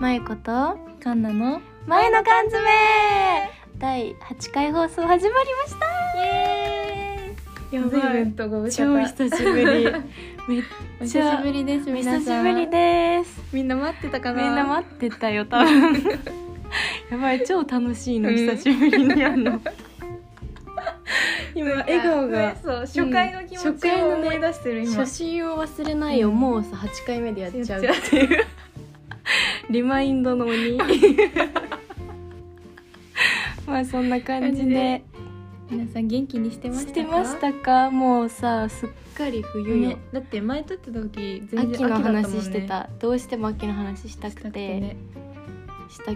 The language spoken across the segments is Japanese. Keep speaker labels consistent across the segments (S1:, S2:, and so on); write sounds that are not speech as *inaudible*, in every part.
S1: まゆこと
S2: カンナの
S1: 前の缶詰第8回放送始まりました
S2: や
S1: ばい
S2: とご無沙
S1: 超
S2: 汰
S1: 久しぶり *laughs* めっ
S2: お
S1: ち
S2: 久
S1: ゃ
S2: しぶりです
S1: 久
S2: 皆
S1: し
S2: さん
S1: ぶりです
S2: みんな待ってたか
S1: み
S2: なん
S1: な待ってたよ多分 *laughs* やばい超楽しいの
S2: うん
S1: 久しぶりにやんの
S2: 今
S1: 今笑
S2: 笑
S1: 顔
S2: 顔
S1: が
S2: がそう初回の気持
S1: 初
S2: ち
S1: 回
S2: を
S1: のね
S2: 思い出してる今
S1: *laughs* 初心を忘れないを
S2: うん
S1: もうさ8回目でやっちゃう
S2: やっ
S1: っていうリマインドの *laughs* 鬼まあそんな感じで
S2: 皆さん元気にしてまし
S1: したてましたかもうさすっかり冬よ、
S2: ねだって前撮ってた時全然
S1: 秋の
S2: だったもん
S1: 話
S2: ね
S1: してたどうしても秋の話したく
S2: してた
S1: した
S2: くてね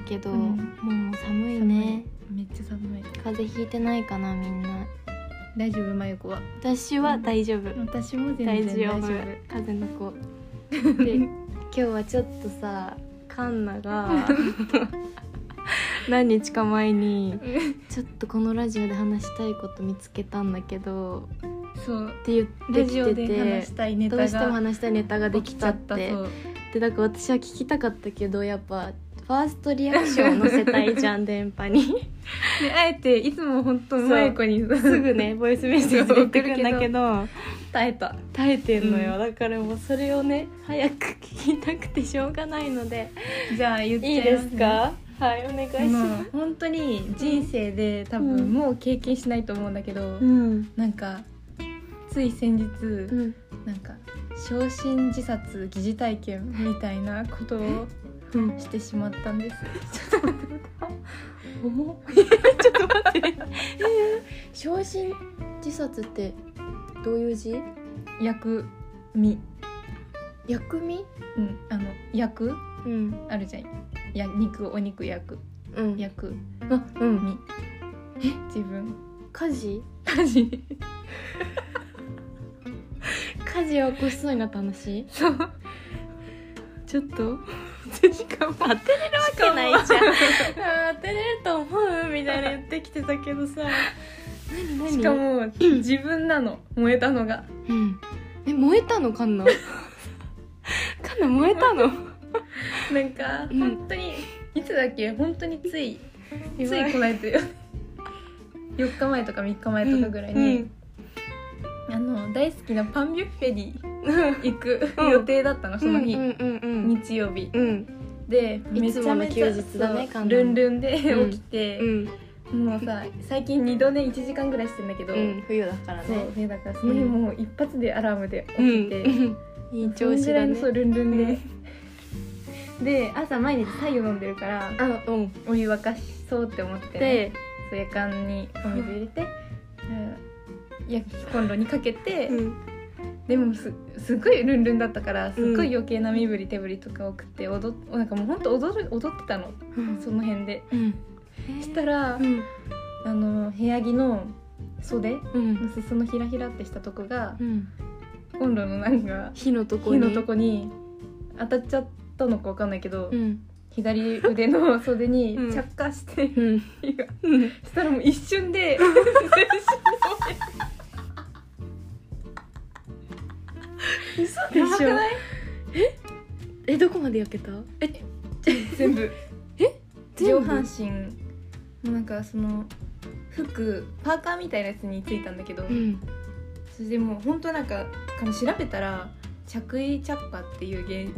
S1: けど、
S2: うん
S1: もう寒いね
S2: めっちゃ寒い
S1: 風邪ひいてないかなみんな
S2: 大丈夫まゆこは
S1: 私は大丈夫、
S2: 私も全
S1: 大
S2: 然
S1: 丈夫風の *laughs* 子で今日はちょっとさカンナが *laughs* 何日か前に *laughs* ちょっとこのラジオで話したいこと見つけたんだけど
S2: そう
S1: って言って
S2: ラ
S1: き
S2: ジオ
S1: て
S2: で
S1: て
S2: 話したいネタ
S1: ど
S2: が
S1: うしても話したいネタができちゃっ
S2: 起き
S1: て
S2: ちゃそう
S1: でだから私は聞きたかったけどやっぱファーストリアクションを載せたいじゃん電
S2: *laughs*
S1: 波に
S2: であえていつも本当まゆこ *laughs* に
S1: す
S2: す
S1: ぐねボイスメッセージで言ってくるんだけど
S2: 耐えた
S1: 耐えてんのよ、
S2: う
S1: だからもうそれをね早く聞きたくてしょうがないので
S2: じゃあ言っちゃい
S1: いい
S2: ます、ね、
S1: ですかはいお願いしま
S2: も
S1: す
S2: う本当に人生で多
S1: う
S2: 分
S1: ん
S2: もう経験しないと思うんだけど、
S1: ん、
S2: なんかつい先日、
S1: うん、
S2: なんか焼身自殺疑似体験みたいなことをしてしまったんです
S1: 重っ *laughs* ちょっと待って昇進自殺ってどういう字
S2: 薬味
S1: 薬味
S2: うんあの薬
S1: うん
S2: あるじゃんや肉お肉薬
S1: うん
S2: 薬
S1: あうん
S2: 味自分
S1: 家事
S2: 家事
S1: 家事を起こしそうになった話
S2: そう
S1: ちょっ *laughs* と
S2: しかも
S1: 当てれるわけないじゃん当てれると思うみたいな言ってきてたけどさ何何
S2: *laughs* しかも自分なの燃えたのが
S1: うん、え燃えたのカンナカンナ燃えたの
S2: なんか
S1: うん
S2: 本当に、いつだっけ本当についついこ
S1: の
S2: の間 *laughs* よ4日前とか3日前とかぐらいに、あの大好きなパンビュッフェに行く
S1: うん
S2: 予定だったの、その日、
S1: うんうんうん
S2: 日曜日
S1: うんうん
S2: で
S1: いつもの
S2: めちゃめちゃ
S1: 休日だね
S2: そう
S1: 完全に
S2: ルンルン
S1: う
S2: で
S1: ん
S2: 起きて
S1: う、ん
S2: もうさ最近2度ね1時間ぐらいしてんだけど、
S1: うん冬だから
S2: そ
S1: ね
S2: うでだからその日
S1: うん
S2: もう一発でアラームで起きて、
S1: うんいい
S2: その
S1: 調子
S2: ぐら
S1: だ
S2: いの
S1: ね
S2: そうルンルンで、で朝毎日白湯飲んでるから
S1: あうん
S2: お湯沸かしそうって思って、
S1: で
S2: そうやかんにお水入れて、うん焼きコンロにかけて、
S1: うん
S2: でもすすごいルンルンだったからすっご
S1: う
S2: い
S1: ん
S2: 余計な身振り手振りとか多くて踊っなんかもうほんと踊る踊ってたのその辺で
S1: うん
S2: したら、
S1: うん
S2: あの部屋着の袖
S1: うん
S2: の裾のひらひらってしたとこが
S1: うん
S2: コンロのなんか
S1: 火のとこ
S2: 火
S1: に
S2: のとこに当たっちゃったのかわかんないけど、
S1: うん
S2: 左腕の袖に
S1: うん
S2: 着火して、
S1: うん
S2: 火が
S1: うん
S2: したらもう一瞬で全身燃
S1: 嘘
S2: えやばくない
S1: えどこまで焼けたえ
S2: 全部
S1: 全
S2: 上
S1: 部
S2: 半身もなんかその服パーカーみたいなやつについたんだけど、
S1: *laughs* うん
S2: それでもう本当なんかあの調べたら着衣着火っていう現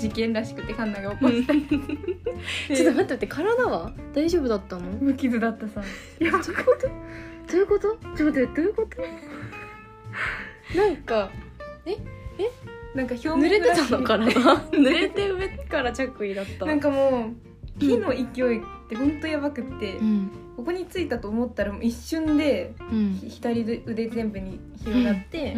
S2: 事件らしくてカンナが起こした
S1: ちょっと待って待って体は大丈夫だったの
S2: 無傷だったさ
S1: どういうことどういうことちょっと待ってどういうことなんか
S2: なんか表面
S1: 濡れてたの
S2: らし
S1: 体濡れて上から着衣だった
S2: いなんかもう火の勢いって本当やばくって、
S1: うん
S2: ここについたと思ったらもう一瞬で
S1: うん
S2: ひ左腕全部に広がって、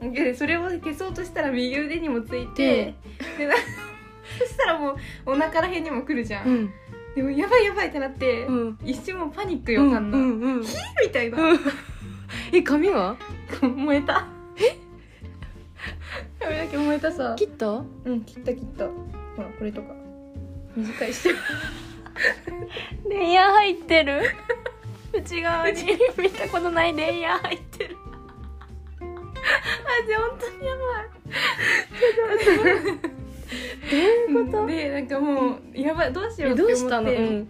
S1: うん
S2: でそれを消そうとしたら右腕にもついてでな *laughs* そしたらもうお腹らへんにも来るじゃん、
S1: うん
S2: でもやばいやばいってなって、
S1: うん
S2: 一瞬もうパニックよかんな、
S1: うんうん
S2: みたいな、
S1: うんえ髪は
S2: 燃え *laughs* たえ髪だけ燃えたさ
S1: 切った
S2: うん切った切ったほらこれとか短いして
S1: レイヤー入ってる内側に見たことないレイヤー入ってる
S2: マジ本当にやばい
S1: いうこと
S2: でなんかもうやばいどうしよう
S1: え
S2: って
S1: ど
S2: 思っ
S1: う
S2: て
S1: したの、うん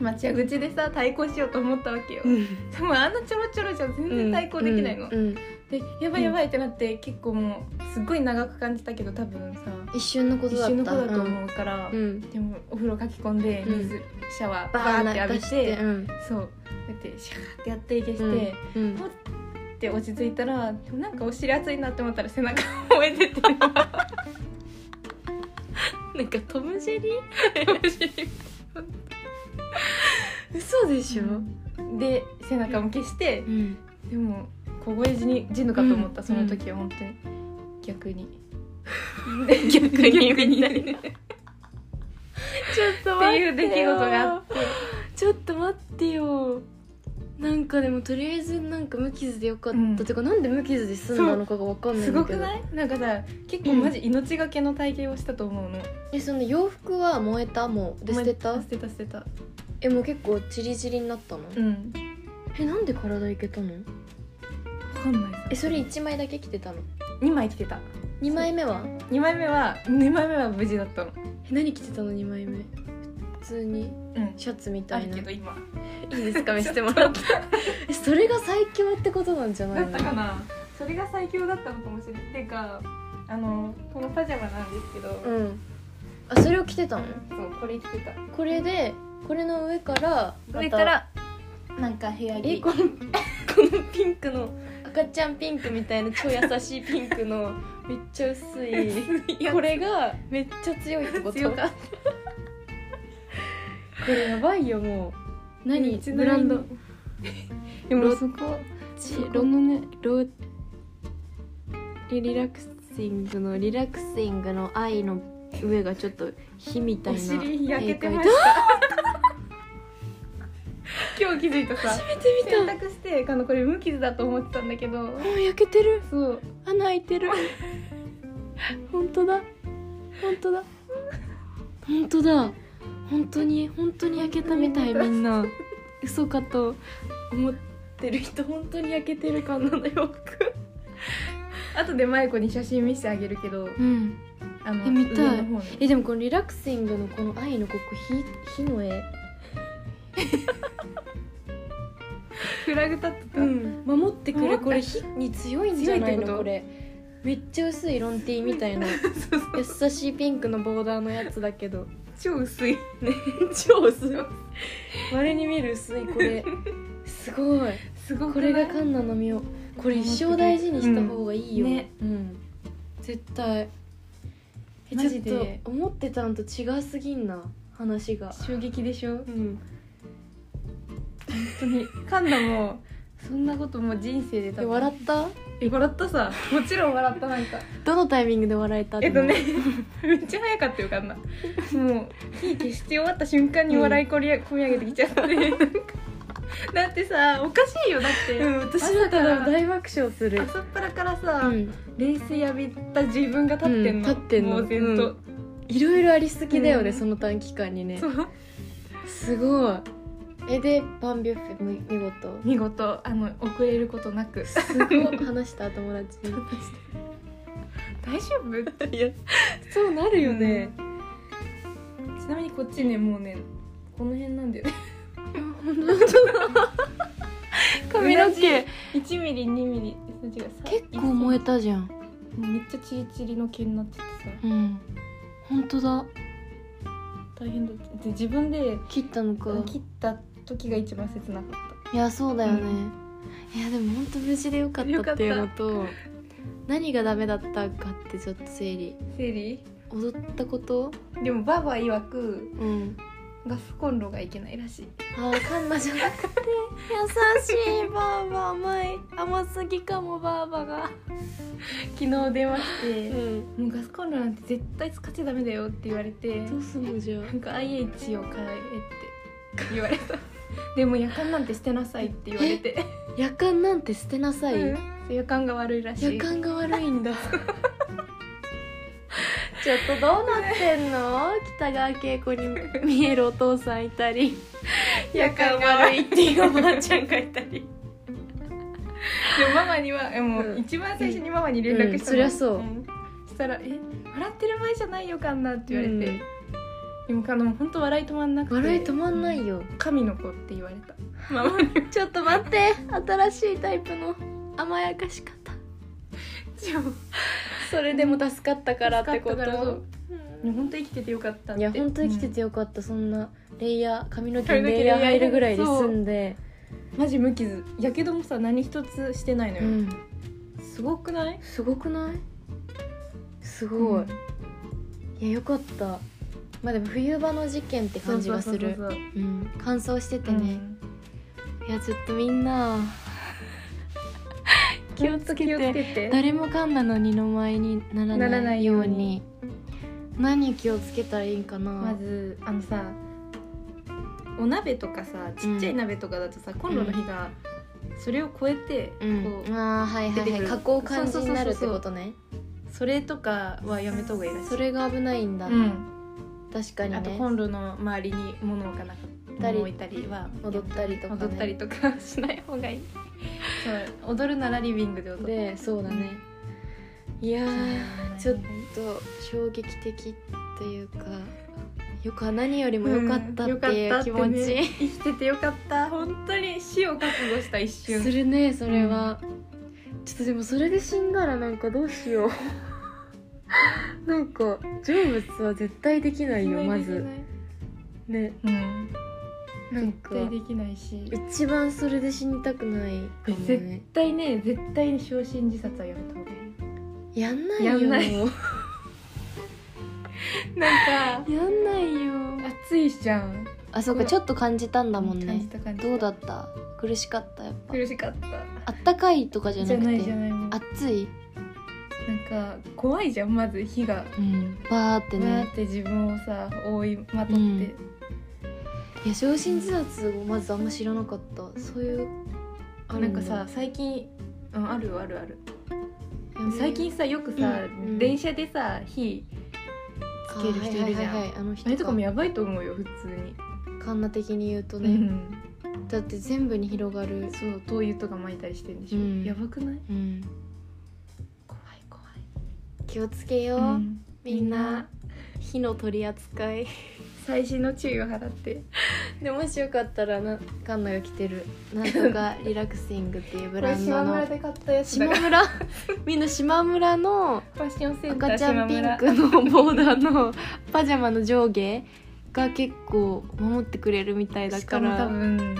S2: 待ち口でさ対抗しようと思ったわけよ、
S1: うん
S2: でもあんなちょろちょろじゃ全然対抗できないの、
S1: うんうん
S2: でやばいやばいってなって結構もうすっごい長く感じたけど多分さ
S1: 一瞬のこと
S2: 一
S1: だった
S2: 瞬の子だと思うから、
S1: うんうん
S2: でもお風呂かき込んで
S1: うん
S2: 水、シャワー
S1: バ
S2: バー
S1: ーっ
S2: ってて浴
S1: 浴
S2: び
S1: び
S2: て
S1: て、うん
S2: そうこうやってシャーってやって消して、
S1: うん
S2: で
S1: うん
S2: 落ち着いたらでもなんかお尻熱いなって思ったら背中燃えてて
S1: なんかトム・ジェリー
S2: お尻
S1: 嘘でしょ、
S2: で背中も消して *laughs*
S1: うん
S2: でも凍え死に死ぬかと思った、
S1: うん
S2: その時は本当に逆に
S1: *laughs* 逆にみたいなちょっと待ってよ
S2: っていう出来事があって
S1: ちょっと待ってよなんかでもとりあえずなんか無傷でよかった、
S2: うん
S1: てかなんで無傷で済んだのかがわかんない
S2: *laughs* す
S1: んだ
S2: ご
S1: け
S2: く
S1: ど
S2: ないなんかさ結構マジ命がけの体験をしたと思うの、
S1: えその洋服は燃えたもうで捨て
S2: あ
S1: た
S2: 捨てた捨てた
S1: えもう結構チリチリになったの、
S2: うん
S1: えなんで体いけたの
S2: わかんないさ
S1: えそれ1枚だけ着てたの
S2: 2枚着てた
S1: 2枚目は
S2: 2枚目は2枚目は無事だったの
S1: え何着てたの2枚目普通に
S2: うん
S1: シャツみた
S2: あ
S1: い
S2: る
S1: ない
S2: けど今
S1: いですか見せてもらってえそれが最強ってことなんじゃな
S2: だ
S1: い
S2: っ
S1: の
S2: たかなそれが最強だったのかもしれないてかあのこのパジャマなんですけど、
S1: うんあそれを着てたの
S2: そうこれ着てた
S1: これでこれの上からまた
S2: 上からなんか部屋
S1: え
S2: 着
S1: このこのピンクの赤ちゃんピンクみたいな超優しいピンクのめっちゃ薄いこれがめっちゃ強いってこと
S2: 強かっ
S1: これやばいよもう何
S2: 道
S1: ブランド
S2: でもそこ
S1: チ
S2: ロのね
S1: ロリリラクシングのリラクシングの愛の上がちょっと火みたい
S2: お
S1: な
S2: 尻焼けてま
S1: 絵
S2: し
S1: 描い
S2: た今日気づいた
S1: た
S2: さ
S1: 初めて見た
S2: 洗濯してあのこれ無傷だと思ってたんだけど
S1: もう焼けてる
S2: そう
S1: 穴開いてる本当だ本当だ本当だ本当に本当に焼けたみたいみんな嘘かと思ってる人本当に焼けてる感なのよく
S2: 後でマイコに写真見せてあげるけど
S1: うん
S2: あの
S1: え見たい
S2: 上の方の
S1: えでもこのリラクシングのこの愛のここ火火の絵
S2: フラグ立ってた、
S1: うん、守ってくれ
S2: 守った
S1: これ火に強いんじゃない
S2: 強いって
S1: の
S2: こと
S1: これめっちゃ薄いロンティーみたいな優しいピンクのボーダーのやつだけど
S2: 超薄い
S1: *laughs* 超薄い稀に見る薄いこれすごい
S2: すご
S1: こ
S2: く
S1: れ
S2: な
S1: が
S2: い
S1: カンナの実をこれ一生大事にした方がいいよ、
S2: うんね
S1: うん絶対え
S2: マジで
S1: ちょっと思ってたんと違うすぎんな話が
S2: 衝撃でしょ本
S1: うん
S2: 当にカンナもそんなこともう人生で多
S1: え
S2: 分
S1: 笑った
S2: え笑ったさもちろん笑ったなんか
S1: どのタイミングで笑えた
S2: えっとね *laughs* めっちゃ早かったよカンナもう火消して終わった瞬間に笑いこり、込み上げてきちゃってなんかだってさおかしいよだって、
S1: うん私だったら大爆笑する
S2: 朝っぱらからさ、
S1: うん
S2: 冷水浴びた自分が立ってんの、
S1: うん立ってんの
S2: もうずっと、
S1: いろいろありすぎだよね、
S2: うん
S1: その短期間にね
S2: そう
S1: すごいえでパンビュッフェみ見事
S2: 見事あの遅れることなく
S1: すごい話した友達
S2: 大丈夫
S1: にいや *laughs* そうなるよね、
S2: ちなみにこっちねもうねこの辺なんだよね
S1: 髪の毛
S2: 1ミリ2ミリ違う
S1: 結構燃えたじゃん
S2: えめっちゃチリチリの毛になっててさ
S1: うん本当だ
S2: 大変だったで自分で
S1: 切ったのか
S2: 切った時が一番切なかっ
S1: いやそうだよね、
S2: う
S1: いやでも本当無事でよかったっていうのと何がダメだったかってちょっと整理
S2: た生理
S1: 踊ったこと
S2: でもババ曰く
S1: うん
S2: ガスコンロがいけないらしい
S1: あーカンナじゃなくて優しいバーバー甘い甘すぎかもバーバーが
S2: 昨日電話して
S1: ん
S2: もうガスコンロなんて絶対使っちゃダメだよって言われて
S1: どうすんのじゃ
S2: なんか IH を買えって言われたでも夜間なんて捨てなさいって言われて
S1: 夜間なんて捨てなさい、
S2: うん夜間が悪いらしい
S1: 夜間が悪いんだちょっとどうなってんの北川景子に見えるお父さんいたり
S2: 夜間が悪いっていうおばあちゃんがいたりでもママにはえもう、
S1: うん
S2: 一番最初にママに連絡したの、
S1: うんそりゃそうん
S2: ししたら「え笑ってる場合じゃないよカンナ」って言われて、でもカンナも本当笑い止まんなくて
S1: 笑い止まんないよ
S2: 神の子って言われたママに
S1: ちょっと待って新しいタイプの甘やかし方それでも助かったからってこと
S2: 助かったからそう
S1: うん
S2: 本当生きててよかったって
S1: いや本当生きててよかった、そんなレイヤー髪の毛にレイヤー入るぐらいで済んで
S2: うんマジ無傷やけどもさ何一つしてないの
S1: う
S2: よ、
S1: ん
S2: すごくない
S1: すごくないすごい、
S2: うん
S1: いやよかったまあでも冬場の事件って感じがする
S2: そうそうそう
S1: うん乾燥してて
S2: そう
S1: ね、いやちょっとみんな
S2: うん
S1: 気をつ
S2: *laughs*
S1: け
S2: 気をつ
S1: て
S2: けて
S1: 誰もかんだの二の舞になら
S2: なら
S1: な
S2: ないい
S1: よ
S2: よ
S1: う
S2: う
S1: に
S2: に
S1: 何気をつけたらいいんかな、
S2: まずあのさお鍋とかさちっちゃい鍋とかだとさ、コンロの火がそれを超えて、
S1: うん
S2: こ、
S1: あーはいはい
S2: 出て
S1: は
S2: く
S1: い
S2: る
S1: 加工感じになるってことね
S2: うそれとかはやめた方がいいらしい
S1: それが危ないんだ、
S2: うん、
S1: 確かに
S2: あと
S1: ね
S2: コンロの周りに物置かなかったり置いたりは
S1: 踊ったりとかね
S2: 踊ったりとかしない方がいいそう踊るならリビングで踊る
S1: でそうだねいやーちょっと衝撃的というかよく何よりも良かったっていう気持ち、
S2: 生きててよかった本当に死を覚悟した一瞬
S1: するねそれは、ちょっとでもそれで死んだらなんかどうし
S2: *laughs*
S1: ようなんか成仏は絶対できないよまずね
S2: うん
S1: なん
S2: 絶
S1: か
S2: 対できないし
S1: 一番それで死にたくないかも
S2: 絶
S1: ね
S2: 対ね絶対に焼身自殺はやめた方がいい
S1: やんないよ
S2: やんないなんか
S1: *laughs* やんないよ
S2: 暑いじゃん
S1: あそうかちょっと感じたんだもん
S2: 感じ
S1: ね
S2: た感じた
S1: どうだった苦しかったやっぱ
S2: 苦しかった
S1: あったかいとかじゃ
S2: じゃ
S1: なく
S2: ないじゃ
S1: て
S2: ないもうなん
S1: 暑い、
S2: か怖いじゃんまず火が
S1: うん、バーって
S2: なっ
S1: ね
S2: て自分をさ覆いまとって、
S1: うんいや焼身自殺をまずあんま知らなかったそういうあ
S2: な
S1: る
S2: ん
S1: だ
S2: かさ最近、うん、あるよあるある
S1: やめ
S2: 最近さよくさ、
S1: うん
S2: 電車でさ火つける人いるじゃん
S1: あ,、はいはいはいはい、あの人
S2: あれとかもやばいと思うよ普通に、
S1: カンナ的に言うと
S2: う
S1: ね、
S2: ん、
S1: だって全部に広がる
S2: そう灯油とか巻いたりしてんでしょ、
S1: うん
S2: やばくない
S1: うん
S2: 怖い怖い
S1: 気をつけよう、
S2: うん
S1: みんな火の取り扱
S2: *laughs*
S1: い
S2: 最新の注意を払って
S1: でもしよかったらなカンナが着てるなんとかリラクシングっていうブランドの
S2: で買ったや
S1: 島村 *laughs* みんな島村の
S2: ファッションセンター
S1: 赤ちゃんピン
S2: 島
S1: クのボーダーのパジャマの上下が結構守ってくれるみたい
S2: 村
S1: だ
S2: し
S1: か
S2: かも多
S1: ら
S2: 分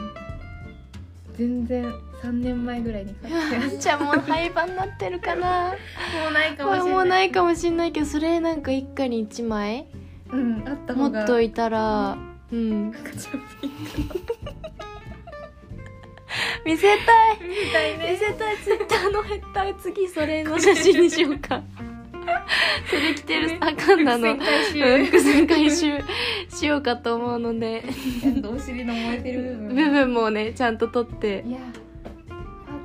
S2: 全然3年前ぐらいに買ったやつ
S1: じゃあもう廃盤になってるかな
S2: *laughs* もうないか
S1: こ
S2: もしれ
S1: れ
S2: ない
S1: もうないかもしんないけどそれなんか一家に一枚
S2: うんあった
S1: 持
S2: 方が
S1: っといたらうん
S2: 赤ちゃんピンク
S1: 見せたい
S2: みたい
S1: 見
S2: ね
S1: せたいツイッターのヘッダー次それの写真にしようか *laughs* それ着てるあかんなの
S2: 伏線回収
S1: うん伏線回収しようかと思うので
S2: ちゃんとお尻の燃えてる部
S1: 部
S2: 分
S1: 分もねちゃんと撮って
S2: いやパ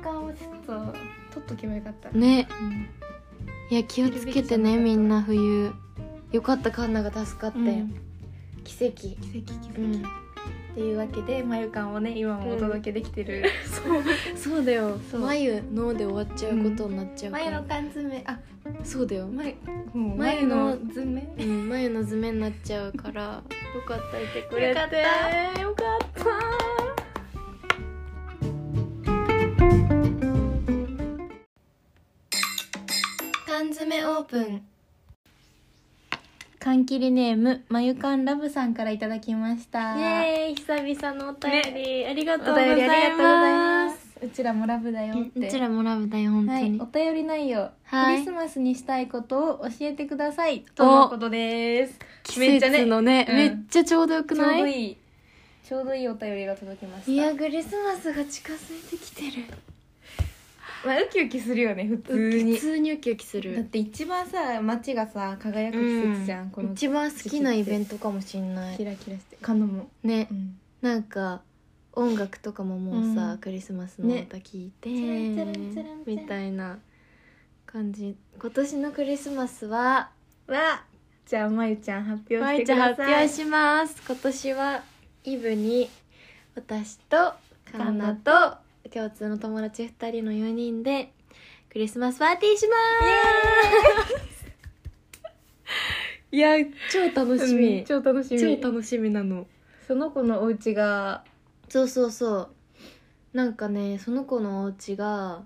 S2: ーカーをちょっと取っとけばよかった、
S1: ね
S2: うん
S1: いや気をつけてねみんな冬よかったカンナが助かったよ、
S2: うん
S1: 奇跡
S2: 奇跡奇跡、
S1: うん
S2: っていうわけでまゆかんをね今もお届けできてる、 *laughs*
S1: そうだよ
S2: そう
S1: 眉ので終わっちゃうことになっちゃうから、
S2: 眉の缶詰あ
S1: そうだよ
S2: 眉もう
S1: 眉
S2: 眉
S1: の
S2: の爪
S1: うん、眉の図面になっちゃうからよかったいてくれて
S2: よかったよかった
S1: 缶詰オープン
S2: 缶切りネームまゆかんラブさんからいただきました
S1: イエーイ久々のお便り、ありがとう
S2: お
S1: ござ
S2: 便りありがとうござ
S1: い
S2: い
S1: ま
S2: ますすうちらもラブだよって
S1: うちらもラブだよ本当
S2: はい
S1: に、
S2: お便り内容、
S1: はい
S2: クリスマスにしたいことを教えてくださいとのことです
S1: 季節のねめ
S2: め
S1: っ
S2: っちゃねうん
S1: ちゃちょうどよく
S2: ちょう
S1: ない,、
S2: どいいちょうどいいお便りが届きました
S1: いやクリスマスが近づいてきてる
S2: まあ、ウキウキするよね普通
S1: 普
S2: に
S1: 通にウキウキす
S2: だっ
S1: る
S2: て一番さ街がさ輝く季節じゃん、この
S1: 一番好きなイベントかもしんな
S2: キ
S1: い
S2: ラキラしてカノも、
S1: ね
S2: うん、
S1: なんか音楽とかももうさ、
S2: うん
S1: クリスマスの
S2: ね
S1: 歌聞いて、
S2: チャランチャランチャランチャ
S1: み
S2: ラン
S1: たいな感じ今年のクリスマスは
S2: わじゃあまゆちゃん発表
S1: ま
S2: し
S1: い
S2: て
S1: ちゃ
S2: く
S1: ん
S2: だ
S1: 発
S2: さ
S1: 表
S2: い
S1: します今年はイブに私とカンナと共通の友達2人の4人でクリスマスパーティーしますいや超楽しみ、
S2: うん超楽しみ
S1: 超楽しみなの
S2: その子のお家が
S1: そうそうそうなんかねその子のお家が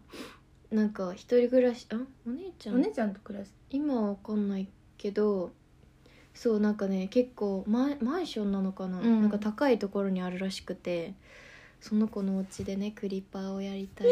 S1: なんか一人暮らしあお姉ちゃ
S2: お
S1: ん
S2: 姉ちゃんと暮らす
S1: 今はわかんないけどそうなんかね結構マンマンションなのかな、
S2: うん
S1: なんか高いところにあるらしくてその子のお家でねクリッパーをやりたい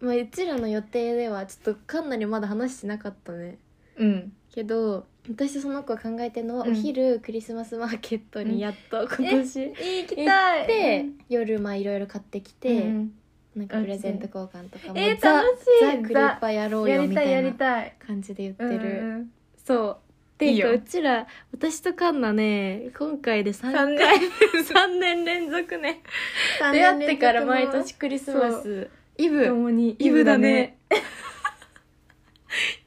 S1: と、まあ、うちらの予定ではちょっとかなりまだ話してなかったね
S2: うん
S1: けど私とその子が考えてるのは、
S2: うん
S1: お昼クリスマスマーケットにやっ
S2: *laughs*
S1: と今年、
S2: 行き
S1: 行
S2: た
S1: っ
S2: い
S1: て、夜まあいろいろ買ってきて、
S2: うん
S1: なんかプレゼント交換とかも、
S2: えー
S1: ザ
S2: 楽し
S1: ザ
S2: い
S1: クリッパやろう
S2: や
S1: よ
S2: り
S1: み
S2: た
S1: た
S2: いや
S1: い
S2: り
S1: な
S2: たい
S1: 感じで言って
S2: うん
S1: る。
S2: うん
S1: そうで
S2: いいよ
S1: うちら私とカンナね今回で3
S2: 三
S1: 回
S2: 年
S1: 3年連続ね
S2: 三
S1: 出
S2: 年連続の
S1: 会ってから毎年クリスマスイブ
S2: 共に
S1: イブだね *laughs*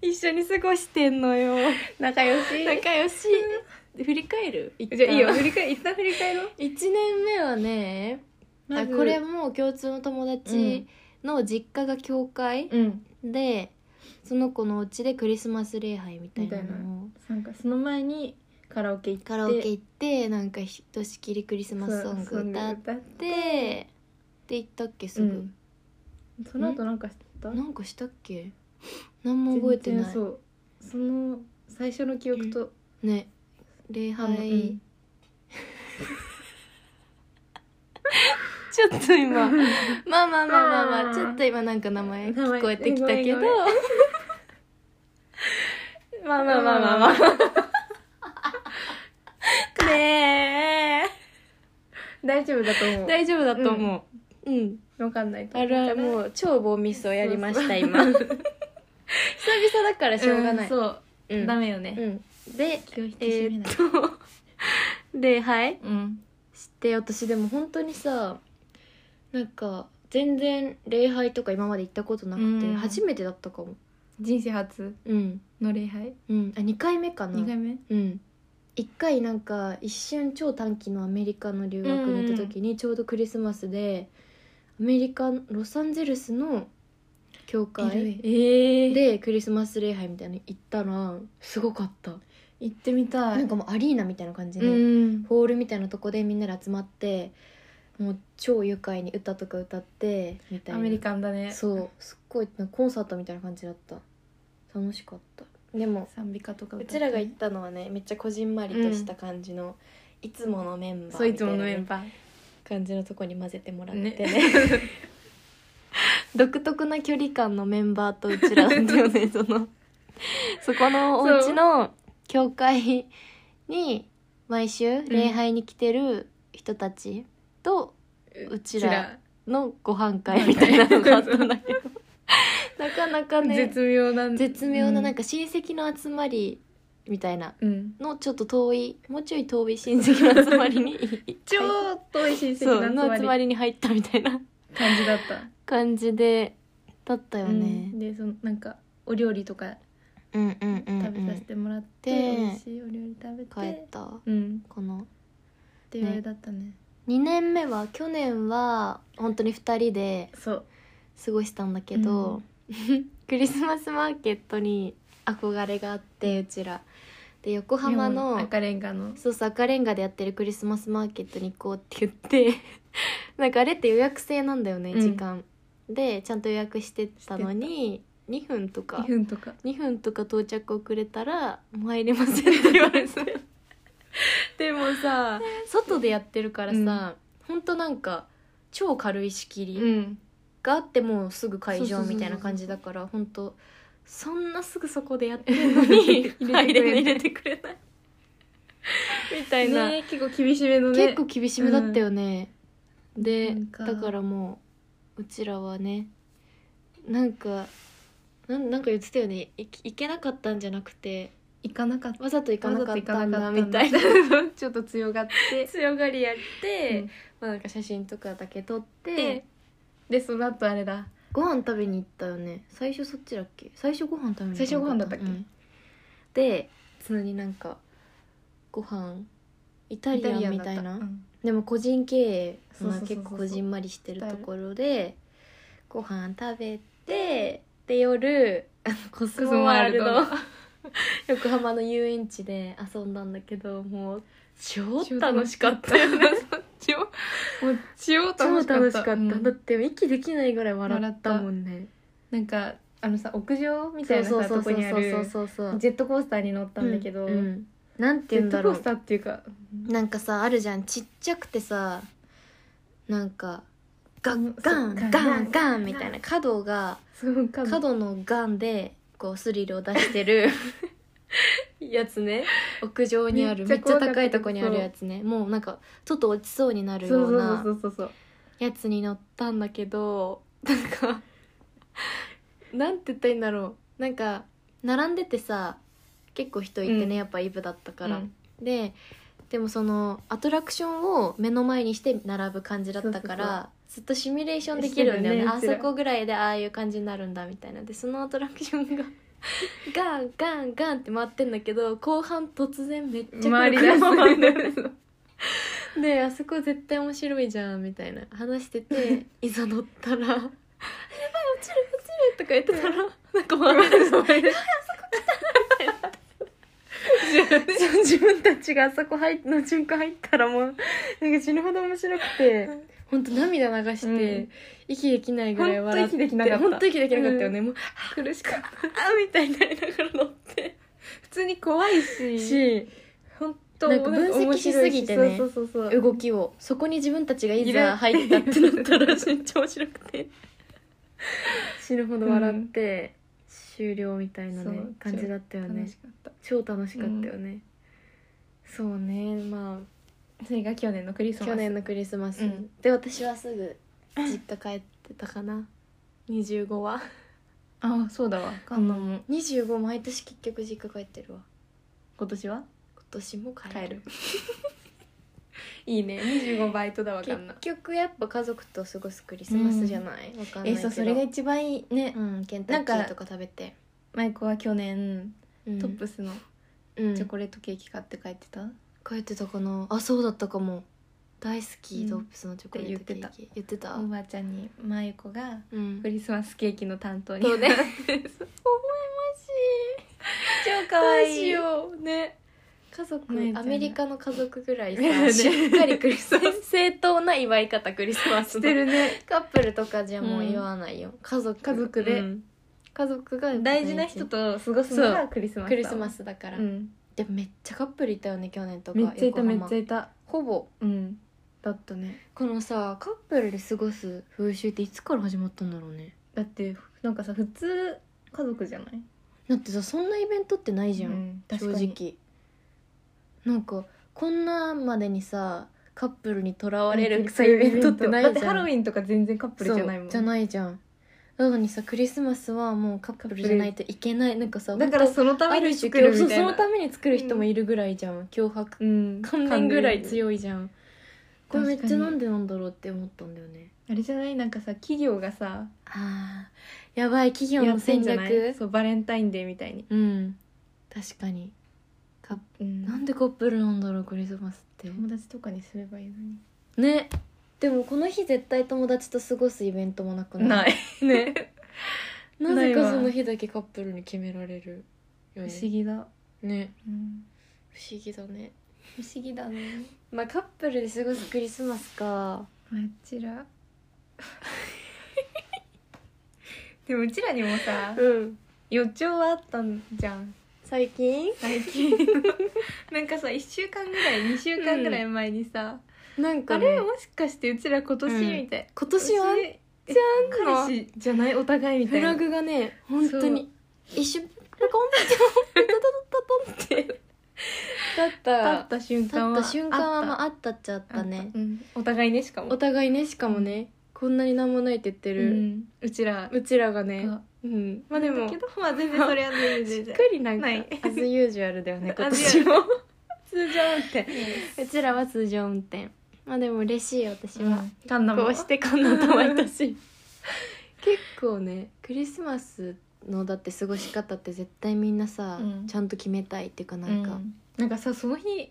S1: 一緒に過ごしてんのよ
S2: 仲良し
S1: 仲良し振り返る一旦
S2: じゃあいいよ振り返一旦振り返ろう
S1: 1年目はね、あこれも共通の友達の実家が教会
S2: うん
S1: で、その子のお家でクリスマス礼拝みたいな
S2: みたい
S1: のを
S2: なんかその前にカラオケ行って
S1: カラオケ行ってなんかひとしきりクリスマスソング歌っ
S2: って
S1: でって言ったっけす
S2: う
S1: ぐ
S2: ん、その後なんかした
S1: なんかしたっけ何も覚えて
S2: 全
S1: な
S2: 然
S1: い
S2: そうその最初の記憶と
S1: ね礼
S2: あの
S1: 拝、
S2: うん
S1: *laughs* ちょっ
S2: *laughs*
S1: と今まあまあまあまあま
S2: あー
S1: あちょっと今なんか名前
S2: 名前
S1: 聞こえてきたけ
S2: ご
S1: ど
S2: めん
S1: まあまあまあま
S2: *laughs*
S1: あまあねえ
S2: 大丈夫だと思う
S1: 大丈夫だと思ううん、
S2: 分かんないと
S1: あるある
S2: う
S1: もう超棒ミスをやりました
S2: そうそう
S1: 今久々だからしょうがない、
S2: んそう
S1: うん
S2: ダメよね
S1: うんで
S2: 気を引き
S1: え
S2: 締め
S1: ー
S2: ない
S1: っと礼拝
S2: うん
S1: して私でも本当にさなんか全然礼拝とか今まで行ったことなくて、
S2: うん
S1: 初めてだったかも
S2: 人生初
S1: うん
S2: の礼拝
S1: うんあ2回目かな
S2: 2回目
S1: うん1回なんか一瞬超短期のアメリカの留学に行った時にちょうどクリスマスでアメリカロサンゼルスの教会
S2: LA えー
S1: でクリスマス礼拝みたいなの行ったらすごかった
S2: 行ってみたい
S1: なんかもうアリーナみたいな感じ
S2: う
S1: の
S2: ん
S1: ホールみたいなとこでみんなで集まってもう超愉快に歌とか歌ってみたい
S2: ア
S1: な
S2: メリカンだね
S1: そうすっごいなんかコンサートみたいな感じだった楽しかったでも
S2: 賛美歌とか歌
S1: う
S2: って
S1: ちらが行ったのはねめっちゃこじんまりとした感じの、いつものメンバ
S2: そう
S1: ー
S2: い
S1: み
S2: つ
S1: たい
S2: も
S1: な
S2: の
S1: ね、
S2: メンバー
S1: 感じのとこに混ぜてもらってね
S2: ね *laughs*
S1: 独特な距離感のメンバーとうちらなんだよ
S2: *laughs*
S1: ねそのそこのお家の教会に毎週礼拝に来てる人たちとうちらのご飯会みたいなのがあったんだけどなかなかね
S2: 絶妙な
S1: 絶妙ななん
S2: か
S1: か親戚の集まりみたいな
S2: うん
S1: のちょっと遠いもうちょい遠い親戚の集まりに
S2: *laughs* 超遠い親
S1: そう
S2: 戚
S1: の
S2: の
S1: 集
S2: 集
S1: ま
S2: まり
S1: りに入ったみたいな
S2: 感じだった
S1: 感じでだったよ
S2: う
S1: ね
S2: ん、でそのなんかお料理とか
S1: うん、うんうんうん、
S2: 食べさせてもらって、
S1: で
S2: 美味しいお料理食べて
S1: 帰った
S2: うんっ
S1: かな
S2: て言われだったね
S1: 2年目は去年は本当に2人で
S2: そう
S1: 過ごしたんだけど、クリスマスマーケットに憧れがあってうちらで横浜の
S2: 赤レンガの
S1: そうそう赤レンガでやってるクリスマスマーケットに行こうって言って *laughs* なんかあれって予約制なんだよね、
S2: うん
S1: 時間でちゃんと予約してたのに2分とか
S2: 2分とか
S1: 2分とか到着遅れたら「もう入れません」って言われてでもさ外でやってるからさ、ほんとなんか超軽い仕切り
S2: ん
S1: があってもうすぐ会
S2: そうそうそ
S1: 場
S2: うそう
S1: みたいな感じだからほんとそんなすぐそこでやってるのに *laughs* 入れ入れてくれないみたいな、
S2: ね結構厳しめのね
S1: 結構厳しめだったよね、で
S2: なんか
S1: だからもううちらはねなんかなんなんか言ってたよねい行けなかったんじゃなくて
S2: 行かなかった
S1: わざと行かなかったんだ
S2: わざと行
S1: み
S2: か
S1: たいな
S2: ちょっと強がって
S1: 強がりや *laughs* って、
S2: うん
S1: まあ、なんか写真とかだけ撮って
S2: ででその後あれだ
S1: ご飯食べに行ったよね最初そっちだっけ最初ご飯食べに行
S2: 最初ご飯だったっけ
S1: うんで普通になんかご飯イタリアンみたいな
S2: うん
S1: でも個人経営
S2: そうそうそうそ
S1: まあ
S2: う
S1: 結構こじんまりしてるところでご飯食べてで夜あのコスモワールド
S2: コスモワール
S1: *laughs* 横浜の遊園地で遊んだんだけどもう超楽しかったよね *laughs* 超
S2: もう超
S1: 超
S2: 楽しかった
S1: 楽しかった、
S2: うん
S1: だって息できないぐらい笑ったもんね
S2: なんかあのさ屋上みたいなさとこにある
S1: そうそう
S2: ジェットコースターに乗ったんだけど、
S1: うんうんなんて
S2: ジェ
S1: 言う
S2: ッ
S1: ん
S2: ト
S1: だ
S2: コ
S1: ろ
S2: ース
S1: う
S2: ターっていうか
S1: なんかさあるじゃんちっちゃくてさなんかガンガ
S2: そ
S1: ン
S2: う
S1: ガンガンみたいな角が
S2: そうか
S1: 角のガンでこうスリルを出してる *laughs* やつね屋上にあるめ
S2: めっ
S1: っ
S2: ち
S1: ち
S2: ゃ怖
S1: ゃ
S2: かった
S1: 高いとこにあるやつねもうなんかちょっと落ちそうになる
S2: そ
S1: よ
S2: う
S1: うな
S2: そうそうそうそう
S1: やつに乗ったんだけどなんかなんて言ったらいいんだろうなんか並んでてさ結構人いてね、
S2: うん
S1: やっぱイブだったから、
S2: うん
S1: ででもそのアトラクションを目の前にして並ぶ感じだったから
S2: そうそう
S1: ずっとシミュレーションできるんだ
S2: して
S1: よね
S2: るよね
S1: あ
S2: うち
S1: そ
S2: ら
S1: こぐらいでああいう感じになるんだみたいなでそのアトラクションがガンガンガンって回ってんだけど後半突然めっちゃ
S2: 回りだす
S1: 車回る
S2: そう
S1: であそこ絶対面白いじゃんみたいな話してていざ乗ったら「 *laughs* やばい落ちる落ちる」とか言ってたらなんか回る
S2: そう *laughs*
S1: *laughs* 自分たちがあそこ入の瞬間入ったらもうなんか死ぬほど面白くて本当涙流して、
S2: うん
S1: 息できないぐらい笑っ
S2: ほんと
S1: て
S2: 息できなかった
S1: 本当息できなかったよね、もう
S2: 苦しかった
S1: 「あ」みたいになりながら乗って
S2: 普通に怖いし
S1: し
S2: 本当
S1: なんか分析しすぎてね
S2: そうそうそうそう
S1: 動きをそこに自分たちがい
S2: いる
S1: ざ入ったってなったら身長面白く
S2: *laughs*
S1: て死ぬほど笑って、終了みたいなね
S2: そう
S1: 感じだったよね
S2: 楽しかった
S1: 超楽しかったよね、そうねまあ
S2: それが去年のクリスマス
S1: 去年のクリスマス、
S2: うん
S1: で私はすぐ実家帰ってたかな25は
S2: あそうだわカンナも
S1: 25毎年結局実家帰ってるわ
S2: 今年は
S1: 今年も帰る
S2: 帰る *laughs* いいね25バイトだわカ
S1: 結
S2: ンナ
S1: 局やっぱ家族と過ごすクリスマスじゃない、わかんない
S2: え
S1: け
S2: そ
S1: ど
S2: うそれが一番いいね
S1: うんケンタッキ
S2: なん
S1: ー
S2: か
S1: とか食べて
S2: マイコは去年ト
S1: ト
S2: ッ
S1: ップ
S2: プスの
S1: うん
S2: チョコレートケーキ買って帰ってた
S1: 帰ってたかなあそうだったかも大好き、
S2: うん
S1: トップスのチョコレートケーキ言ってた
S2: おばあちゃんにマイコが
S1: うん
S2: クリスマスケーキの担当に
S1: そう
S2: *laughs*
S1: *laughs* ね
S2: 超
S1: か
S2: 可
S1: わ
S2: 愛
S1: い
S2: い
S1: いようね家族、
S2: ねえ
S1: アメリカの家族ぐらい *laughs*
S2: みたいな
S1: さしっかりクリスマス正当な祝い方クリスマス
S2: し
S1: の
S2: てるね
S1: カップルとかじゃもう
S2: うん
S1: 言わないよ、家族
S2: 家族で
S1: うん家族が
S2: 大事な人と過ごすのがクリスマスだわ
S1: クリスマスだから、
S2: うん
S1: でもめっちゃカップルいたよね去年とか
S2: めっちゃいた
S1: 横
S2: めっ
S1: 浜
S2: ちゃいた
S1: ほぼ
S2: うんだったね
S1: このさカップルで過ごす風習っていつから始まったんだろうね
S2: だってなんかさ普通家族じゃない
S1: だってさそんなイベントってないじゃん、
S2: うん
S1: 正
S2: 確かに
S1: 直なんかこんなまでにさカップルにとらわれるさイベントってないじゃん
S2: だってハロウィンとか全然カップルじゃないも
S1: そうんじゃないじゃんなのにさクリスマスはもうカップルじゃないといけないなんかさ
S2: だから
S1: 本
S2: そのた
S1: 当あ
S2: め
S1: る
S2: に
S1: 種
S2: 作る
S1: そ
S2: み
S1: う
S2: た
S1: そ
S2: い
S1: の
S2: な
S1: ために作る人もいるぐらいじゃん脅迫
S2: うん
S1: 観念ぐらい強いじゃんこれめっ
S2: 確
S1: ちゃ
S2: かに
S1: なんでなんだろうって思ったんだよね
S2: あれじゃないなんかさ企業がさ
S1: あーやばい企業
S2: や
S1: の
S2: ってん
S1: 戦
S2: じゃない
S1: 略
S2: そうバレンタインデーみたいに
S1: うん確かにカップ
S2: うん
S1: なんでカップルなんだろうクリスマスって
S2: 友達とかにすればいいのに
S1: ねでもこの日絶対友達と過ごすイベントもなくない
S2: い *laughs*
S1: ねな
S2: な
S1: ぜ
S2: い
S1: か
S2: わ
S1: その日だけカップルに決められる
S2: 不
S1: よね
S2: 思議だ、
S1: ね
S2: うん、
S1: 不思議だね
S2: 不思議だね
S1: まあカップルで過ごすクリスマスか
S2: まあうちら *laughs* でもうちらにもさ
S1: うん
S2: 予兆はあったんじゃん
S1: 最近
S2: 最
S1: *laughs*
S2: 近なんかさ1週間ぐらい2週間ぐらい前にさ、
S1: なんか、
S2: あ
S1: ね、
S2: れもしかしてうちら今年
S1: うん
S2: みたい、
S1: 今年は
S2: うち
S1: ゃんの
S2: 彼氏じゃないお互いみた
S1: フ
S2: いな
S1: ラグがね本当に一瞬ポコンってトントントント
S2: *laughs*
S1: ンって立
S2: 立
S1: っ
S2: った瞬
S1: た
S2: 間は
S1: 立った瞬間はま
S2: あっ
S1: ああったっちゃあったたね
S2: うんお互いねしかも
S1: お互いねしかもねこんなになんもないって言って
S2: う
S1: る、
S2: んうちら
S1: うちらがね
S2: あ
S1: うんまあでも
S2: だけどまあ全然それは全然
S1: しっ
S2: 全然
S1: かりなんか
S2: ない
S1: as usual だよ *laughs* ね今
S2: As
S1: 年
S2: usual
S1: も
S2: 通常運転
S1: うちらは通常運転まあでも嬉しい私は、
S2: カンナも
S1: こうしてこんなと毎年 *laughs* 結構ねクリスマスのだって過ごし方って絶対みんなさ、
S2: うん
S1: ちゃんと決めたいっていうかなんか、
S2: うんなんかさその日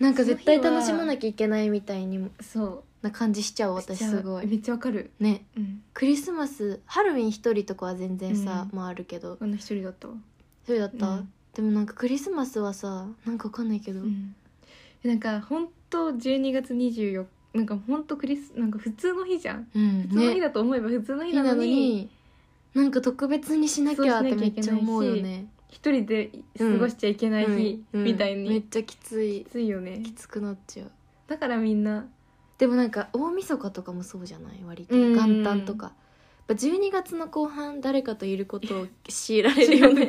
S1: なんか絶対
S2: その日は
S1: 楽しまなきゃいけないみたいに
S2: そう
S1: な感じしちゃう
S2: し
S1: 私
S2: ちゃう
S1: すごい
S2: めっちゃわかる
S1: ね
S2: うん
S1: クリスマスハロウィン一人とかは全然さ、
S2: う
S1: まああるけど
S2: あんな一人だったわ
S1: それだった、
S2: うん
S1: でもなんかクリスマスはさなんかわかんないけど、
S2: うんなんか本当12月24日なんか本当クリスなんか普通の日じゃん
S1: うん
S2: 普通の日だと思えば普通の日
S1: 日
S2: な
S1: な
S2: の
S1: の
S2: に
S1: になんか特別にしなきゃってめっちゃ思うよ
S2: そうしなきゃ
S1: ね
S2: 一人で過ごしちゃいけない日
S1: うん
S2: みたい
S1: うんめ
S2: に
S1: っちゃきつい
S2: きついよね
S1: きつくなっちゃう
S2: だからみんな
S1: でもなんか大晦日とかもそうじゃない割と
S2: うんうん
S1: 元旦とかやっぱ12月の後半誰かといることを強いられる
S2: *laughs*
S1: よね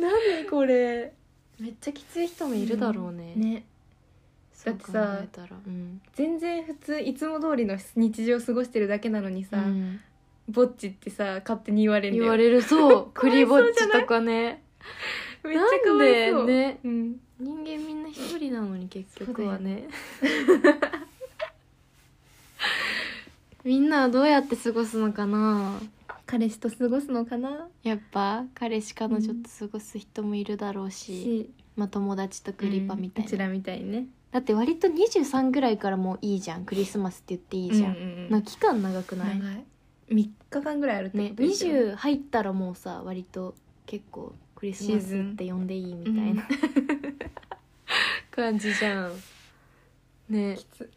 S1: なんでこれめっちゃきつい人もいるだろうね,、
S2: ね
S1: そう
S2: だってさ
S1: 考えたらうん
S2: 全然普通いつも通りの日常を過ごしてるだけなのにさ、
S1: うん
S2: ぼっちってさ勝手に言われるんだ
S1: 言
S2: よ
S1: われるそう
S2: *laughs* かわ
S1: ク
S2: い
S1: リぼ
S2: そ
S1: っ
S2: うじゃ
S1: ち
S2: ない
S1: とかね
S2: めっちゃかわいそ
S1: なん
S2: う
S1: でね
S2: うん、
S1: 人間みんな一人なのに結局はねみんなはどうやって過ごすのかな
S2: 彼氏と過ごすのかな
S1: やっぱ彼氏彼女と過ごす人もいるだろうし、まあ友達とクリパみたい
S2: うんうち
S1: な、
S2: らみたいにね
S1: だって割と23ぐらいからもういいじゃんクリスマスって言っていいじゃん、
S2: うんうんうん
S1: なんか期間長くない
S2: 長い3日間ぐらいあるって
S1: ね
S2: ことでしょ
S1: 20入ったらもうさ割と結構クリスマスって呼んでいいみたいな、 *laughs* 感じじゃんね
S2: きつ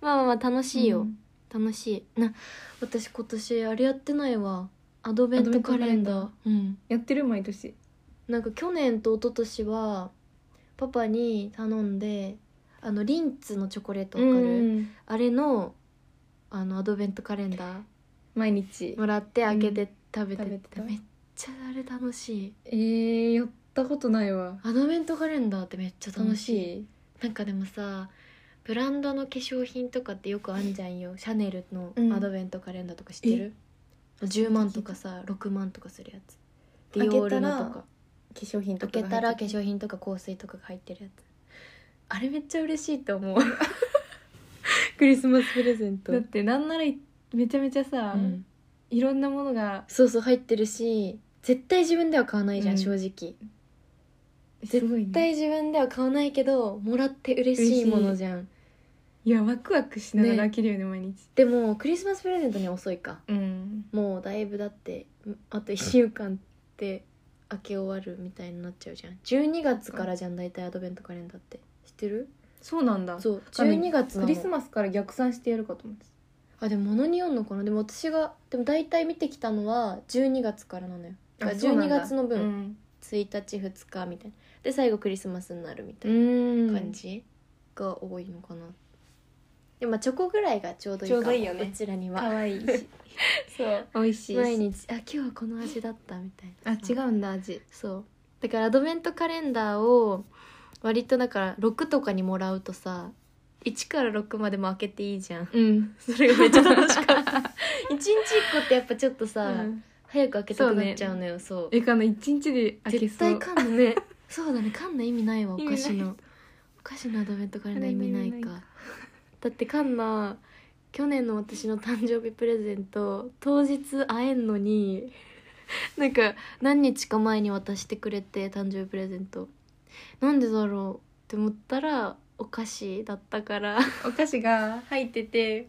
S1: まあまあまあ楽しいよ、
S2: うん
S1: 楽しいな私今年あれやってないわアドベントカレンダー
S2: アドベント
S1: うん
S2: やってる毎年
S1: なんか去年と一昨年はパパに頼んであのリンツのチョコレートわかる、
S2: うん
S1: あれのあのアドベントカレンダ
S2: 毎日
S1: ーもらって開けて食べて,、
S2: 食べてた
S1: めっちゃあれ楽しい
S2: えー、やったことないわ
S1: アドベントカレンダーってめっちゃ楽しい
S2: 楽しい
S1: なんかでもさブランドの化粧品とかってよくあんじゃんよシャネルの
S2: うん
S1: アドベントカレンダーとか知ってる、10万とかさ6万とかするやつディオールのとか
S2: 化粧品と
S1: 開
S2: かが
S1: けたら
S2: 入っ
S1: 化
S2: てる
S1: 粧品とか香水とかが入ってるやつあれめっちゃ嬉しいと思う *laughs* クリスマスプレゼント、
S2: だってなんならいめちゃめちゃさ、
S1: うん
S2: いろんなものが
S1: そうそう入ってるし絶対自分では買わないじゃん、
S2: うん
S1: 正直
S2: すごい、ね、
S1: 絶対自分では買わないけどもらって嬉しいものじゃん
S2: いやワクワクしながら
S1: ね
S2: 開けるよね毎日
S1: でもクリスマスプレゼントには遅いか
S2: うん
S1: もうだいぶだってんあと1週間って開け終わるみたいになっちゃうじゃん12月からじゃん大体アドベントカレンダーって知ってる
S2: そうなんだ
S1: そう12月なの
S2: クリスマスから逆算してやるかと思って
S1: あでも物によんのかなでも私がでも大体見てきたのは12月からなのよだ
S2: た
S1: から12月の分、
S2: うん
S1: 1日2日みたいなで最後クリスマスになるみたい
S2: うん
S1: な感じが多いのかな、でもまあチョコぐらいがちょうどいい
S2: ちょう
S1: かも
S2: どいいよね
S1: うちらに
S2: 可
S1: は
S2: 愛いしそう美味しいし
S1: 毎日あ今日はこの味だったみたい
S2: あ
S1: な
S2: 違うんだ味
S1: そうだからアドベントカレンダーを割とだから6とかにもらうとさ1から6までも開けていいじゃん *laughs*
S2: うん
S1: それがめっちゃ楽しかった一日1個ってやっぱちょっとさ、
S2: うん
S1: 早く開けたくなっちゃうのよそう,、
S2: えかな一日で開け
S1: 絶
S2: そう
S1: 対噛んだ *laughs* ねそうだね噛んだ意味ないわお
S2: 意味な
S1: 菓
S2: い
S1: 子のお菓子のアドベントカレンダー意味ない
S2: 意味ない
S1: かだって噛んだ去年の私の誕生日プレゼント当日会えんのになんか何日か前に渡してくれて誕生日プレゼントなんでだろうって思ったらお菓子だったから
S2: お菓子が入ってて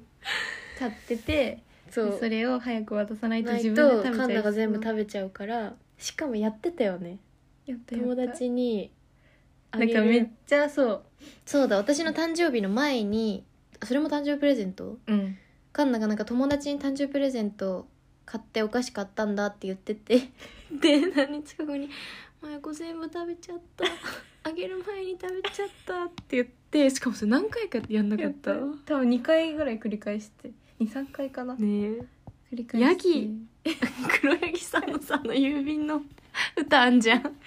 S2: 買ってて
S1: そ
S2: でそれを早く渡さないと
S1: ない
S2: 自
S1: と
S2: 分で食べちゃい
S1: カンナが全部食
S2: べ
S1: べちゃうからしかもやってたよね友達にあ
S2: な
S1: げ
S2: ん
S1: る
S2: かめっちゃそう
S1: そうだ私の誕生日の前にそれも誕生日プレゼント
S2: うん
S1: カンナがなんか友達に誕生日プレゼント買ってお菓子買ったんだって言ってて *laughs* で何日か後に「麻也子全部食べちゃったあげる前に食べちゃった」って言ってしかもそれ何回かやんなか
S2: やっ
S1: った
S2: た多分2回ぐらい繰り返して23回かな繰
S1: ねえ
S2: り返して
S1: ヤギ黒柳さんのさあの郵便の歌あんじゃん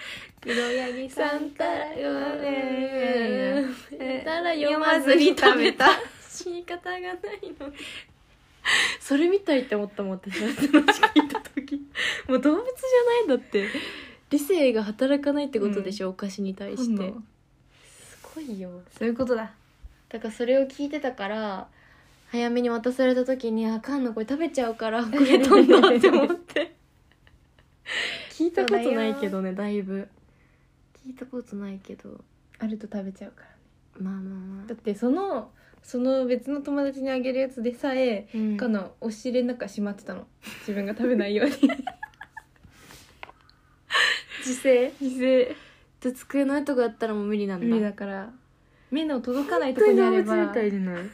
S2: 黒ヤギさんから読ま
S1: え
S2: た
S1: た
S2: ら
S1: ら
S2: 読
S1: 読
S2: ま
S1: ま
S2: ず
S1: ず
S2: に
S1: に
S2: 食
S1: 食
S2: べ
S1: べ
S2: た
S1: た *laughs* 死に方がないのそれみたいって思ったもん私その話聞いた *laughs* 時もう動物じゃないんだって理性が働かないってことでしょ、お菓子
S2: *laughs*
S1: に対して
S2: て
S1: すごいよ
S2: そういうことだ
S1: だからそれを聞いてたから早めに渡された時に「あかんのこれ食べちゃうから遅れたんだ」って思って *laughs* 聞いたことないけどねだいぶ聞いたことないけど
S2: あると食べちゃうからね
S1: まあまあまあ
S2: だってそのその別の友達にあげるやつでさえ
S1: うん
S2: かな押 *laughs* し入れの中しまってたの自分が食べないように
S1: 時勢
S2: 姿勢
S1: で机の上とかやったらもう無理なんだ
S2: 無理だから目の届かないところにあれば
S1: 本当に動物みたいじゃない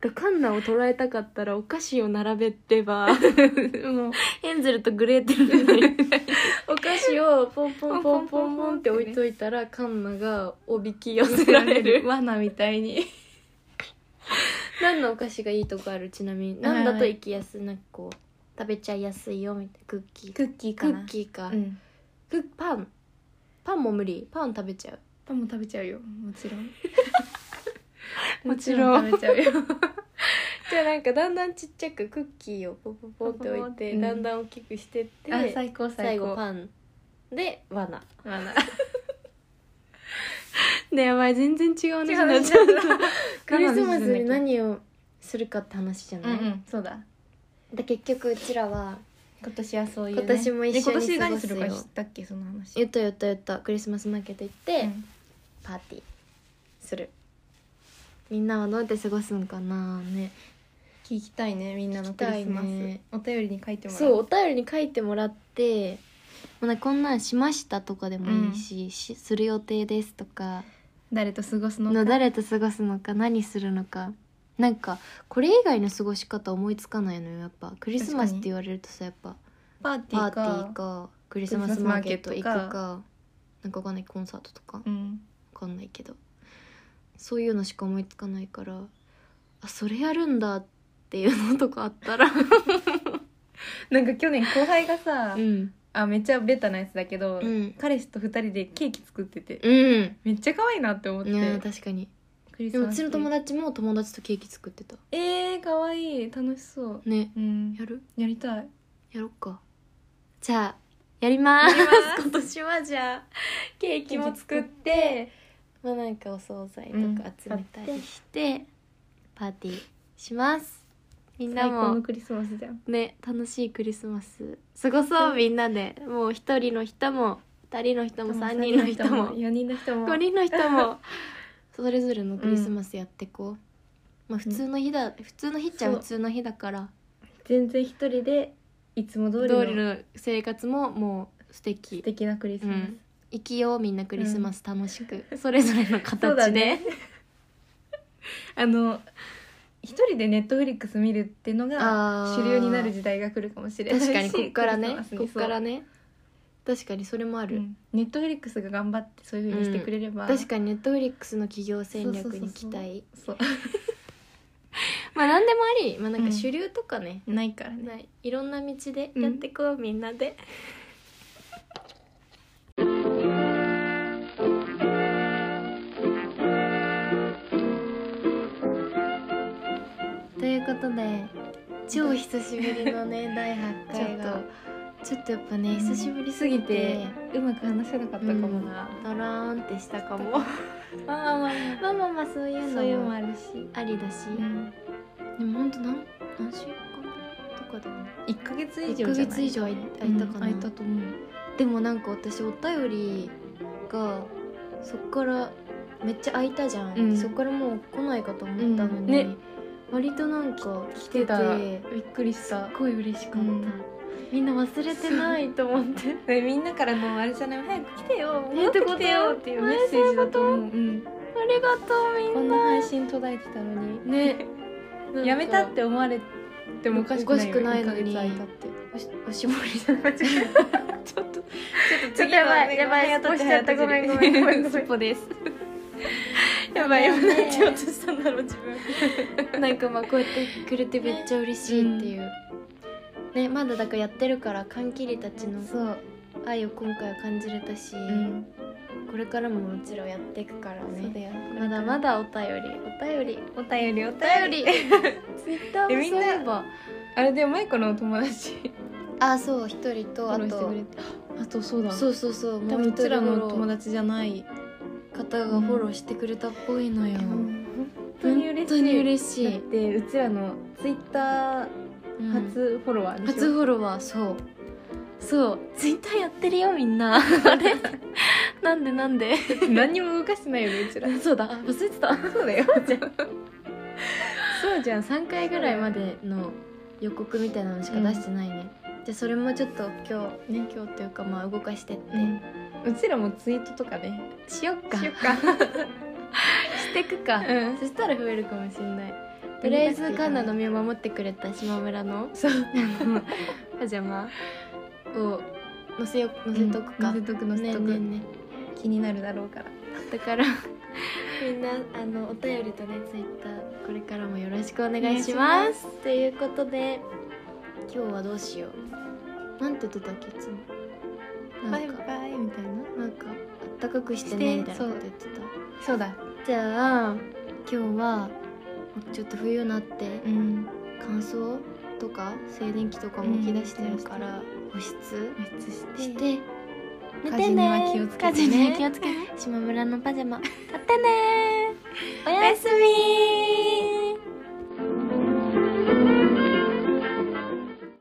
S1: だカンナを捉えたかったらお菓子を並べれ *laughs*
S2: *laughs*
S1: ば
S2: もう
S1: ヘンゼルとグレーテルにお菓子をポンポンポンポンポンって置いといたらカンナがおびき寄せられる
S2: 罠みたいに
S1: *laughs* 何のお菓子がいいとこあるちなみに
S2: はいは
S1: 何
S2: い
S1: だと行きやすいなんかこう食べちゃいやすいよみたいなクッキー
S2: クッキー
S1: ク
S2: かな
S1: ッキーか、
S2: うん
S1: クッパンパンも無理パン食べちゃう
S2: パンも食べちゃうよもちろん
S1: もちろん
S2: もちろ食べちゃうよ
S1: じゃあなんかだんだんちっちゃくクッキーをポンポンポンって置いて、
S2: うん
S1: だんだん大きくしてって
S2: *laughs* あ最高
S1: 最
S2: 最
S1: 後
S2: 高
S1: パンで罠
S2: *laughs* 罠
S1: ねやばい全然違う
S2: 違
S1: 話
S2: う
S1: になっ
S2: 話
S1: ち
S2: だ
S1: ゃっ
S2: った
S1: た
S2: *laughs*
S1: クリスマスに何をするかって話じゃ
S2: う
S1: なんい、
S2: うんそうだ
S1: で結局うちらは
S2: 今年はそういう、ね、
S1: 今年も一緒に過ごすよ
S2: え今年何するか知ったっけその話
S1: 言った言った言ったクリスマスマーケット行って、
S2: うん
S1: パーティーするみんなはどうやって過ごすんかなね
S2: 聞きたいねみんなのクリスマス、
S1: 聞きたいね
S2: お便りに書いてもら
S1: そうお便りに書いてもらってもうねこんなんしましたとかでもいいし,、しする予定ですとか
S2: 誰と過ごすのか
S1: の誰と過ごすのか何するのかなんかこれ以外の過ごし方思いつかないのよやっぱクリスマスって言われるとさやっぱ
S2: パーティ
S1: パ
S2: ー
S1: ーテ
S2: か
S1: ィーかクリスマスマーケット
S2: クリ
S1: 行く
S2: スマスマーケット
S1: かなんかわかんないコンサートとかわ
S2: うん
S1: かんないけどそういうのしか思いつかないからあそれやるんだっていうのとかあったら
S2: なんか去年後輩がさ、
S1: *laughs* うん
S2: あめっちゃベタなやつだけど、
S1: うん
S2: 彼氏と二人でケーキ作ってて、
S1: うん
S2: めっちゃ可愛いなって思って
S1: いや確かに
S2: クリス
S1: でも
S2: マ
S1: う
S2: ス
S1: ちの友
S2: 達
S1: 達も友達とケーキ作ってた
S2: えー、可愛い楽しそう
S1: ね
S2: うん
S1: やる
S2: やりたい
S1: やろっかじゃあやります
S2: やります
S1: *laughs* 今年はじゃあケーキも作ってまあなんかお惣菜と
S2: うん
S1: か集めたりして、パーティーしますみんな
S2: 最高
S1: も
S2: のクリスマスじゃん
S1: ね楽しいクリスマス過ごそうみんなでもう一人の人も二人の人も三人の人も
S2: 4人の人も
S1: 五人の人 *laughs* もそれぞれのクリスマスやってこう、まあ普通の日だ普通の日っちゃ
S2: そう
S1: 普通の日だから
S2: 全然一人でいつも通
S1: 通
S2: りの
S1: りの生活ももう素敵
S2: 素敵なクリス
S1: う
S2: マス、
S1: ん生きようみんなクリスマス楽しく、それぞれの
S2: そうだ
S1: 形で、
S2: ねあの一人でネットフリックス見るっての
S1: あ
S2: が
S1: ー
S2: 主流になる時代が来るかもしれないし
S1: 確かにこっからね
S2: クリスマス
S1: こ
S2: に
S1: っからね確かにそれもあ
S2: そうう
S1: る、
S2: んネットフリックスが頑張ってそういう風にしてくれれば、
S1: 確かにネットフリックスの企業戦略に期待
S2: そうそうそうそう
S1: *laughs* まあ何でもあり、まあ、なん
S2: う
S1: か
S2: ん
S1: 主流とかね、
S2: ないからね
S1: ないいろんな道でやってこう、みんなでということで超久しぶりの *laughs* ね第8回がちょっとやっぱね久しぶりすぎて
S2: うまく話せなかったかもな、
S1: ドローンってしたか *laughs* も
S2: まあまあ
S1: まあまあまあそうい
S2: まあ
S1: う
S2: そういうの
S1: の
S2: も
S1: も
S2: あるし、
S1: ありだし、
S2: うん、
S1: でもほんと何何週間とかでも
S2: 1か月以
S1: 1
S2: 上
S1: ヶ
S2: じゃな
S1: 月
S2: い
S1: 以上空い空いたかな、
S2: うん空いたと思う
S1: でもなんか私お便りがそっからめっちゃ空いたじゃん、
S2: うん
S1: そっからもう来ないかと思ったのに、
S2: うんね
S1: 割となんか来
S2: 来
S1: て
S2: て
S1: た
S2: た
S1: す
S2: びっくりした
S1: っごい嬉しかった、
S2: うん
S1: みんな忘れてないと思って
S2: えみんなからのあれじゃない早く来てよ
S1: え
S2: 戻ってきてよっていうメッセージだと思う、うん、
S1: ありがとうみ
S2: こんな配信途絶えてたのに
S1: ねなんか
S2: やめたって思われてもおかしくないよ
S1: おかしくないのに
S2: 一ヶ月空いたって
S1: おしおしぼりじゃないちょっと
S2: ちょっとやばいやばい少しちゃったごめんごめんごめん
S1: スポです
S2: やばいやばい
S1: ね
S2: なんて言おうとしたんだろう自分
S1: なんかまあこうやってくれてめっちゃ嬉しいっていう、ねまだだからやってるから缶切りたちの
S2: そう、
S1: 愛を今回は感じれたし、
S2: うん、
S1: これからももちろんやっていくから
S2: そうだ
S1: ね
S2: よ
S1: まだまだお便りお便り
S2: お便りお便
S1: お
S2: り
S1: 便り
S2: *laughs*
S1: ツイッターも
S2: えみん
S1: そう
S2: ない
S1: えば
S2: あれでマイコのお友達
S1: あそう一人とあ
S2: フォローして
S1: と
S2: くれてあとそうだ
S1: そうそうそう
S2: 多
S1: も
S2: 分う
S1: う一
S2: ち
S1: 人
S2: ら
S1: の
S2: の友達じゃない
S1: 方がフォローしてくれたっぽいのよ、
S2: 本
S1: 本当に嬉し
S2: だっ
S1: い、
S2: てうちらのツイッター
S1: うん
S2: 初フォロワーでしょ
S1: 初フォロワーそうそうツイッターやってるよみ
S2: *laughs*
S1: んなあれなんでなんで *laughs*
S2: 何にも動かしてないよねうちら
S1: そうだ忘れてた
S2: そうだよじゃ
S1: そうじゃん3回ぐらいまでの予告みたいなのしか出してないね、じゃあそれもちょっと今日ね今日っていうかまあ動かしてって、
S2: うちらもツイートとかね
S1: しよっか
S2: しよっ
S1: *laughs*
S2: か
S1: してくか、
S2: うん
S1: そしたら増えるかもしれないとりあえずカンナの身を守ってくれた島村の
S2: そう
S1: あのパジャマを載せよ載せとくか、
S2: 載せとく載せ
S1: ね
S2: とく、
S1: ねね
S2: 気になるだろうから
S1: だから *laughs* みんなあのお便りとねツイッターこれからもよろしくお願いし
S2: お願
S1: ま
S2: い
S1: すということで今日はどうしようなんて言ってたっけいつもなんか
S2: バイみたいな
S1: なんかあったかくしてね
S2: して
S1: みたいなこと言ってた
S2: そうだ
S1: じゃあ今日はちょっと冬になって
S2: うん
S1: 乾燥とか静電気とかも起き出してるから、保湿
S2: めっち
S1: し
S2: して
S1: て寝
S2: 火事には気をつけてね
S1: 火事には気を *laughs* つけて島村のパジャマ買ってねーおやすみー